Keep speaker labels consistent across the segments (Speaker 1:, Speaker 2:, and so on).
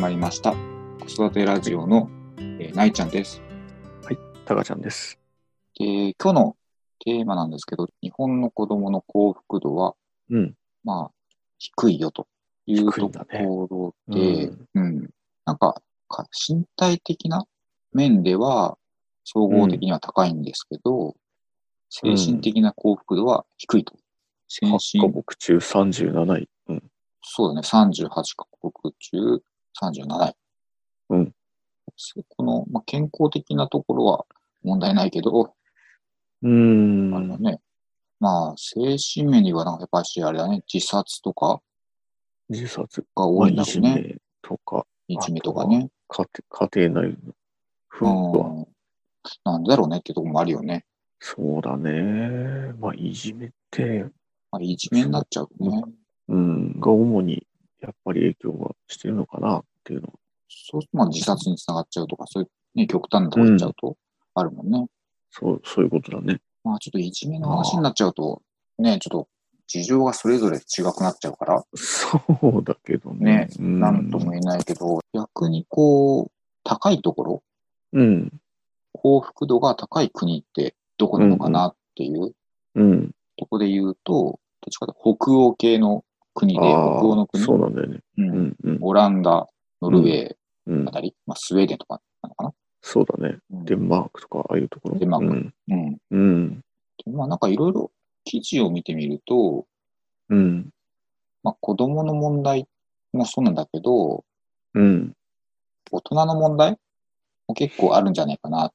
Speaker 1: まりました。子育てラジオの、えー、ないちゃんです。
Speaker 2: タカちゃんです。
Speaker 1: で、今日のテーマなんですけど、日本の子供の幸福度は、
Speaker 2: うん。
Speaker 1: まあ、低いよという
Speaker 2: 低い
Speaker 1: と
Speaker 2: んだね
Speaker 1: ころ
Speaker 2: う
Speaker 1: で、
Speaker 2: ん。
Speaker 1: うん。なんか、か身体的な面では、総合的には高いんですけど、精神的な幸福度は低いと。精
Speaker 2: 8
Speaker 1: 神
Speaker 2: カ、国中37位。うん。
Speaker 1: そうだね、38カ国中37位。
Speaker 2: うん。
Speaker 1: この、まあ、健康的なところは問題ないけど、
Speaker 2: うーん。
Speaker 1: あれだね。まあ、精神面にはなんかやっぱしあれだね、自殺とか
Speaker 2: 自殺、
Speaker 1: が
Speaker 2: ま
Speaker 1: 多
Speaker 2: あ、
Speaker 1: いん
Speaker 2: い
Speaker 1: だろ
Speaker 2: じ
Speaker 1: うね。
Speaker 2: めとか、
Speaker 1: い
Speaker 2: あ
Speaker 1: じめとかね。
Speaker 2: 家庭家庭内の
Speaker 1: う
Speaker 2: 夫婦は、
Speaker 1: ん。なんだろうねってとこもあるよね。
Speaker 2: そうだね。まあ、いじめって、
Speaker 1: まあ、いじめになっちゃうね。
Speaker 2: うん、が主に、やっぱり影響がしてるのかなっていうのは。
Speaker 1: そうすると、まあ、自殺につながっちゃうとか、そういう、ね、極端なところ行っちゃうと、あるもんね。
Speaker 2: そう、そういうことだね。
Speaker 1: まあ、ちょっといじめの話になっちゃうと、ね、ちょっと、事情がそれぞれ違くなっちゃうから、
Speaker 2: そうだけどね
Speaker 1: ね。
Speaker 2: うん
Speaker 1: なんとも言えないけど、逆にこう、高いところ、
Speaker 2: うん。
Speaker 1: 幸福度が高い国ってどこなのかなっていう
Speaker 2: うん。
Speaker 1: とこで言うと、どっちかというと北欧系の国で、北
Speaker 2: あ
Speaker 1: 欧の
Speaker 2: あ、
Speaker 1: 国、
Speaker 2: そうなんだよね。
Speaker 1: うん
Speaker 2: うん、うん、
Speaker 1: オランダ、ノルウェー
Speaker 2: うん
Speaker 1: あ。たり、まあ、スウェーデンとかなのかな。
Speaker 2: そうだね。
Speaker 1: うん
Speaker 2: デンマークとか、ああいうところ。
Speaker 1: デンマーク
Speaker 2: うん
Speaker 1: うん
Speaker 2: うん。
Speaker 1: でまあ、なんかいろいろ記事を見てみると、
Speaker 2: うん。
Speaker 1: まあ、子供の問題もそうなんだけど、
Speaker 2: うん。
Speaker 1: 大人の問題も結構あるんじゃないかなっ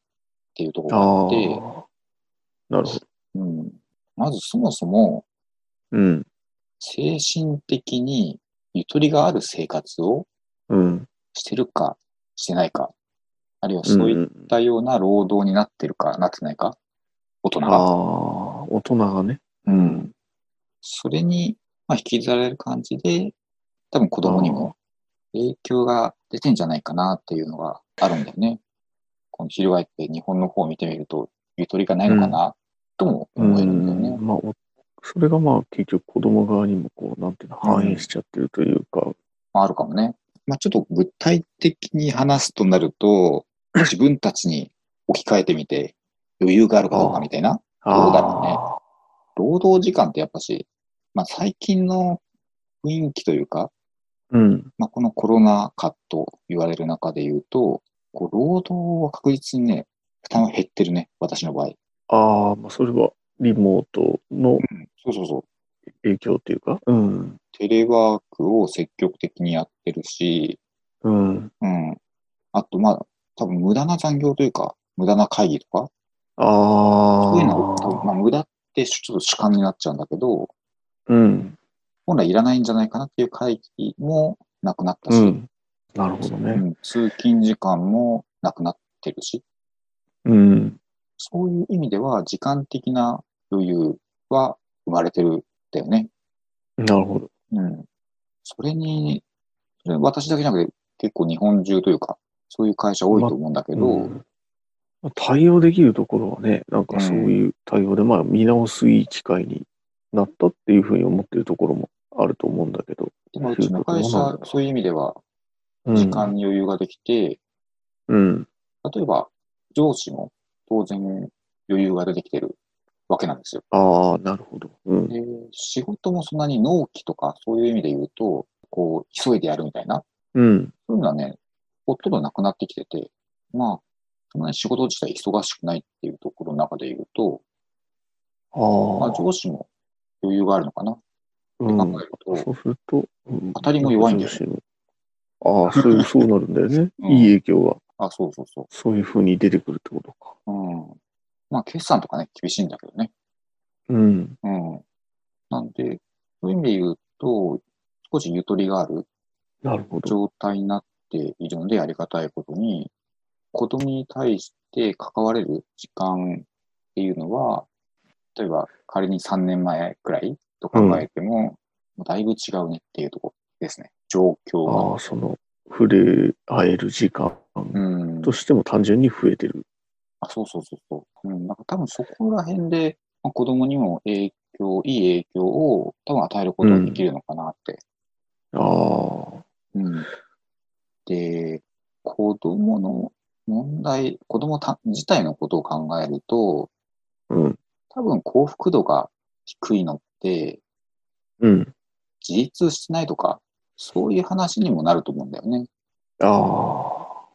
Speaker 1: ていうところがあ
Speaker 2: ああ
Speaker 1: っ。て、
Speaker 2: なるほど。
Speaker 1: うん、まずそもそも
Speaker 2: うん。
Speaker 1: 精神的にゆとりがある生活を
Speaker 2: うん。
Speaker 1: してるかしてないか、あるいは
Speaker 2: ん
Speaker 1: そういったような労働になってるかなってないか、大人
Speaker 2: あ
Speaker 1: が。
Speaker 2: あ、大人がね。
Speaker 1: うん、それにまあ引きずられる感じで、多分子供にも影響が出てんじゃないかなっていうのがあるんだよね。この翻って日本の方を見てみると、ゆとりがないのかな、とも
Speaker 2: うん。
Speaker 1: 思えるんだよね。
Speaker 2: まあ、おそれがまあ結局子供側にもこう、なんていうの、
Speaker 1: うん
Speaker 2: 反映しちゃってるというか、
Speaker 1: まあ、あるかもね。まあ、ちょっと具体的に話すとなる と、自分たちに置き換えてみて、余裕があるかどうかみたいな。どうだろうね
Speaker 2: あ
Speaker 1: 労働時間ってやっぱし、まあ、最近の雰囲気というか、
Speaker 2: あうん。
Speaker 1: まあ、このコロナ禍と言われる中で言うと、こう労働は確実にね、負担は減ってるね、私の場合。
Speaker 2: ああ、まあそれはリモートの
Speaker 1: そうそうそう。
Speaker 2: 影響っていうか、うん。
Speaker 1: テレワークを積極的にやってるし、
Speaker 2: うん。
Speaker 1: うん。あと、まあ、多分無駄な残業というか、無駄な会議とか、
Speaker 2: ああ。
Speaker 1: そういうのを多分、まあ、無駄ってちょっと主観になっちゃうんだけど、
Speaker 2: うん。
Speaker 1: 本来いらないんじゃないかなっていう会議もなくなったし、
Speaker 2: うん。なるほど
Speaker 1: う
Speaker 2: ね。
Speaker 1: ん通勤時間もなくなってるし、
Speaker 2: うん。
Speaker 1: そういう意味では時間的な余裕は生まれてるんだよね。
Speaker 2: なるほど。
Speaker 1: うん。それに、それ私だけじゃなくて、結構日本中というか、そういう会社多いと思うんだけど、
Speaker 2: うんまあ対応できるところはね、なんかそういう対応で、まあ見直すいい機会になったっていうふうに思ってるところもあると思うんだけど。
Speaker 1: でもうちの会
Speaker 2: そうい
Speaker 1: 社
Speaker 2: うところなん、だ
Speaker 1: そういう意味では、
Speaker 2: うん
Speaker 1: 時間に余裕ができて、
Speaker 2: うん。
Speaker 1: 例えば、上司も当然余裕が出てきてるわけなんですよ。
Speaker 2: ああ、なるほど。うん。
Speaker 1: で、仕事もそんなに納期とか、そういう意味で言うと、こう、急いでやるみたいな、
Speaker 2: うん。
Speaker 1: そういうのはね、ほとんどなくなってきてて、まあ、そんなに仕事自体忙しくないっていうところの中で言うと、
Speaker 2: あ
Speaker 1: まあ、
Speaker 2: あ、
Speaker 1: 上司も余裕があるのかなって
Speaker 2: うん
Speaker 1: 考えると、
Speaker 2: そうすると、うん
Speaker 1: 当たりも弱いんだよね
Speaker 2: 上司のあ あ、そういう、そうなるんだよね。
Speaker 1: うん
Speaker 2: いい影響が、
Speaker 1: あ、そうそうそ
Speaker 2: そういうふうに出てくるってことか。
Speaker 1: う。うん。まあ、決算とかね、厳しいんだけどね。
Speaker 2: うん。
Speaker 1: うん。なんで、そういう意味で言うと、少しゆとりがある
Speaker 2: なるほど。
Speaker 1: 状態になっているので、ありがたいことに、子供に対して関われる時間っていうのは、例えば仮に3年前くらいと考えても、もうだいぶ違うねっていうところですね。状況が。
Speaker 2: ああ、その、触れ合える時間
Speaker 1: うん。
Speaker 2: としても単純に増えてる。
Speaker 1: あ、そうそうそうそう。うん。なんか多分そこら辺で、まあ、子供にも影響、いい影響を多分与えることができるのかなって。
Speaker 2: ああ。
Speaker 1: うん。で、子供の問題、子供た自体のことを考えると、
Speaker 2: うん。
Speaker 1: 多分幸福度が低いのって、
Speaker 2: うん。
Speaker 1: 自立してないとか、そういう話にもなると思うんだよね。
Speaker 2: ああ。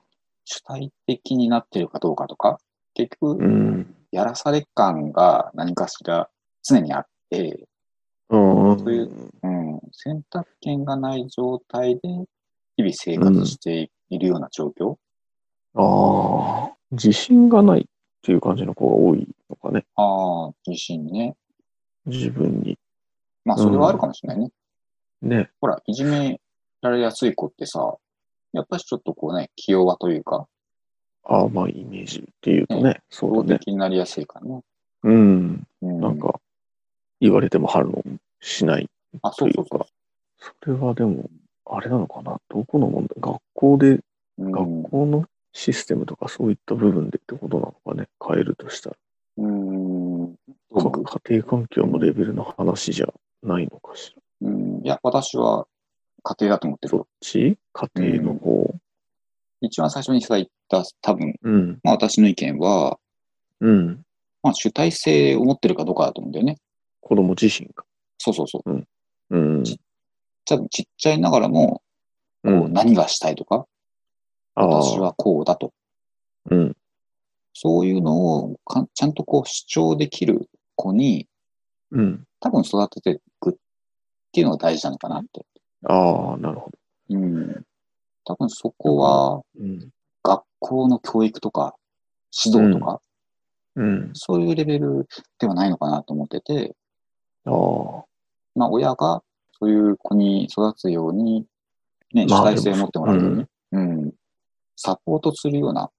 Speaker 1: 主体的になってるかどうかとか、結
Speaker 2: う
Speaker 1: 局、
Speaker 2: ん。
Speaker 1: やらされ感が何かしら常にあって、
Speaker 2: うん。
Speaker 1: そういううん、選択権がない状態で日々生活しているような状況、
Speaker 2: ああ。自信がないっていう感じの子が多いのかね。
Speaker 1: ああ、自身ね。
Speaker 2: 自分に。
Speaker 1: まあ、それはあるかもしれないね。
Speaker 2: ね。
Speaker 1: ほら、いじめられやすい子ってさ、やっぱしちょっとこうね、気弱というか、
Speaker 2: ああ、まあ、イメージっていうとね。そ
Speaker 1: 動
Speaker 2: うだね。
Speaker 1: 的になりやすいからね。
Speaker 2: うん。
Speaker 1: うん、
Speaker 2: なんか、言われても反応しない
Speaker 1: あ、そ
Speaker 2: と
Speaker 1: う
Speaker 2: い
Speaker 1: そう
Speaker 2: う
Speaker 1: そ
Speaker 2: か。それはでも、あれなのかな。どこの問題学校で
Speaker 1: う。
Speaker 2: 学校のシステムとかそういった部分でってことなのかね、変えるとしたら、
Speaker 1: うん。うん。
Speaker 2: 各家庭環境のレベルの話じゃないのかしら。
Speaker 1: うん、いや、私は家庭だと思って
Speaker 2: そ
Speaker 1: る
Speaker 2: っ。ち家庭の方。
Speaker 1: 一番最初にさ、言った、多分、
Speaker 2: うん、
Speaker 1: まあ、私の意見は、
Speaker 2: うん。
Speaker 1: まあ、主体性を持ってるかどうかだと思うんだよね。
Speaker 2: 子供自身が。
Speaker 1: そうそうそう。
Speaker 2: うん。
Speaker 1: 多分ちっちゃいながらも、
Speaker 2: う、
Speaker 1: こうん何がしたいとか、
Speaker 2: ああ
Speaker 1: 私はこうだと。
Speaker 2: うん。
Speaker 1: そういうのをかちゃんとこう主張できる子に、
Speaker 2: うん。
Speaker 1: 多分育てていくっていうのが大事なのかなって。
Speaker 2: ああ、なるほど。
Speaker 1: うん。多分そこは、
Speaker 2: うん。
Speaker 1: 学校の教育とか、指導とか、
Speaker 2: うん。
Speaker 1: そういうレベルではないのかなと思ってて、
Speaker 2: ああ。
Speaker 1: まあ、親がそういう子に育つように、ね、
Speaker 2: ま
Speaker 1: 主
Speaker 2: あ
Speaker 1: 体性を持ってもらうよう
Speaker 2: で
Speaker 1: に、うん、サポートするような、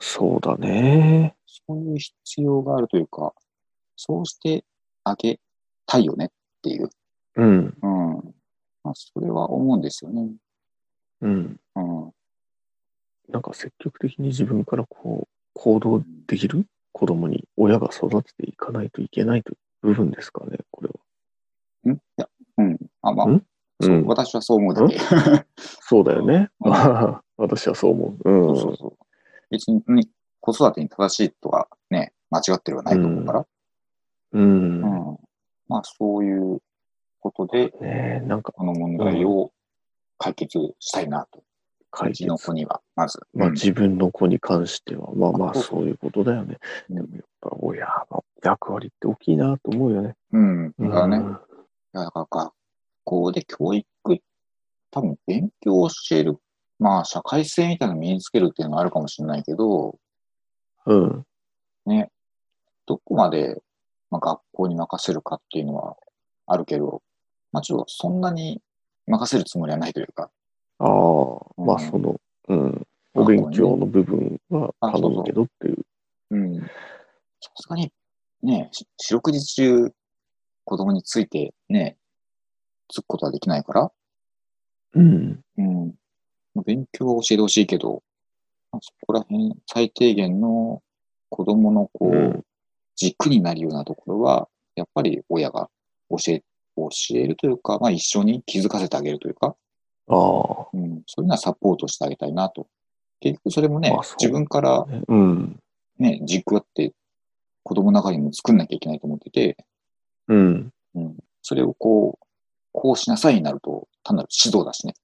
Speaker 2: そうだね。
Speaker 1: そういう必要があるというか、そうしてあげたいよねっていう、
Speaker 2: うん。
Speaker 1: うん。まあ、それは思うんですよね。
Speaker 2: うん。
Speaker 1: うん。
Speaker 2: なんか積極的に自分からこう、行動できる子供に親が育てていかないといけないという部分ですかね、これは。
Speaker 1: んいや、うん。あ、まあ、
Speaker 2: ん
Speaker 1: そう
Speaker 2: うん
Speaker 1: 私は そう思うだけ。
Speaker 2: そうだよね。
Speaker 1: うん
Speaker 2: 私はそう思う。。
Speaker 1: そううんそうそう。別に、子育てに正しいとか、ね、間違ってるはないと思うから、
Speaker 2: うん。ね
Speaker 1: うん。まあ、そういうことで、
Speaker 2: えなんか
Speaker 1: この問題を解決したいなと。う
Speaker 2: 解
Speaker 1: ち
Speaker 2: 決。
Speaker 1: の子には、まず。
Speaker 2: まあ
Speaker 1: うん
Speaker 2: 自分の子に関しては、まあまあ
Speaker 1: そうそ
Speaker 2: そういうことだよね。
Speaker 1: うん
Speaker 2: でもやっぱ親の役割って大きいなと思うよね。
Speaker 1: うん。
Speaker 2: う
Speaker 1: だ
Speaker 2: ん
Speaker 1: からね、いやだから学校で教育、多分勉強を教える、まあ社会性みたいなのを身につけるっていうのはあるかもしれないけど、
Speaker 2: うん。
Speaker 1: ね、どこまで、まあ、学校に任せるかっていうのはあるけど、まあちょっとそんなに任せるつもりはないというか、
Speaker 2: ああ、
Speaker 1: うん
Speaker 2: まあその、うん。
Speaker 1: まあ
Speaker 2: お勉強の部分は
Speaker 1: あそうそう
Speaker 2: 頼むけどっていう。
Speaker 1: うん。さすがに、ね、し四六時中子供についてね、つくことはできないから、
Speaker 2: うん。
Speaker 1: うん。まあ勉強は教えてほしいけど、まあそこら辺、最低限の子供のこう、
Speaker 2: うん
Speaker 1: 軸になるようなところは、やっぱり親が教え、教えるというか、まあ一緒に気づかせてあげるというか、うん、
Speaker 2: あ
Speaker 1: そういうのはサポートしてあげたいなと。結局それもね
Speaker 2: あそう、
Speaker 1: 自分から
Speaker 2: あ、ね。うん。
Speaker 1: ね、軸だって子供の中にも作んなきゃいけないと思ってて、
Speaker 2: うん。
Speaker 1: うん、それをこう、こうしなさいになると、単なる指導だしね。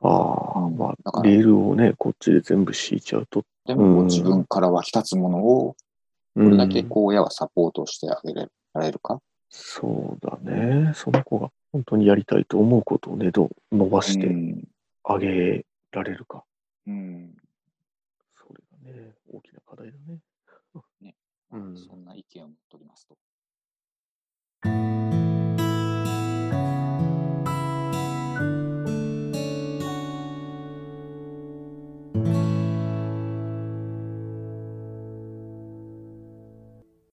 Speaker 2: ああ、
Speaker 1: うん
Speaker 2: ま
Speaker 1: だか
Speaker 2: あ、
Speaker 1: ら
Speaker 2: レールをね、こっちで全部敷いちゃうと。
Speaker 1: でもこう
Speaker 2: うん
Speaker 1: 自分から湧き立つものを
Speaker 2: こ
Speaker 1: どれだけこう親はサポートしてあげられるか。
Speaker 2: そうだね。その子が本当にやりたいと思うことをね、どう伸ばし
Speaker 1: う
Speaker 2: て
Speaker 1: ん
Speaker 2: あげられるか。
Speaker 1: うん
Speaker 2: それがね、大きな課題だね。
Speaker 1: ね
Speaker 2: うん
Speaker 1: そんな意見を取りますと。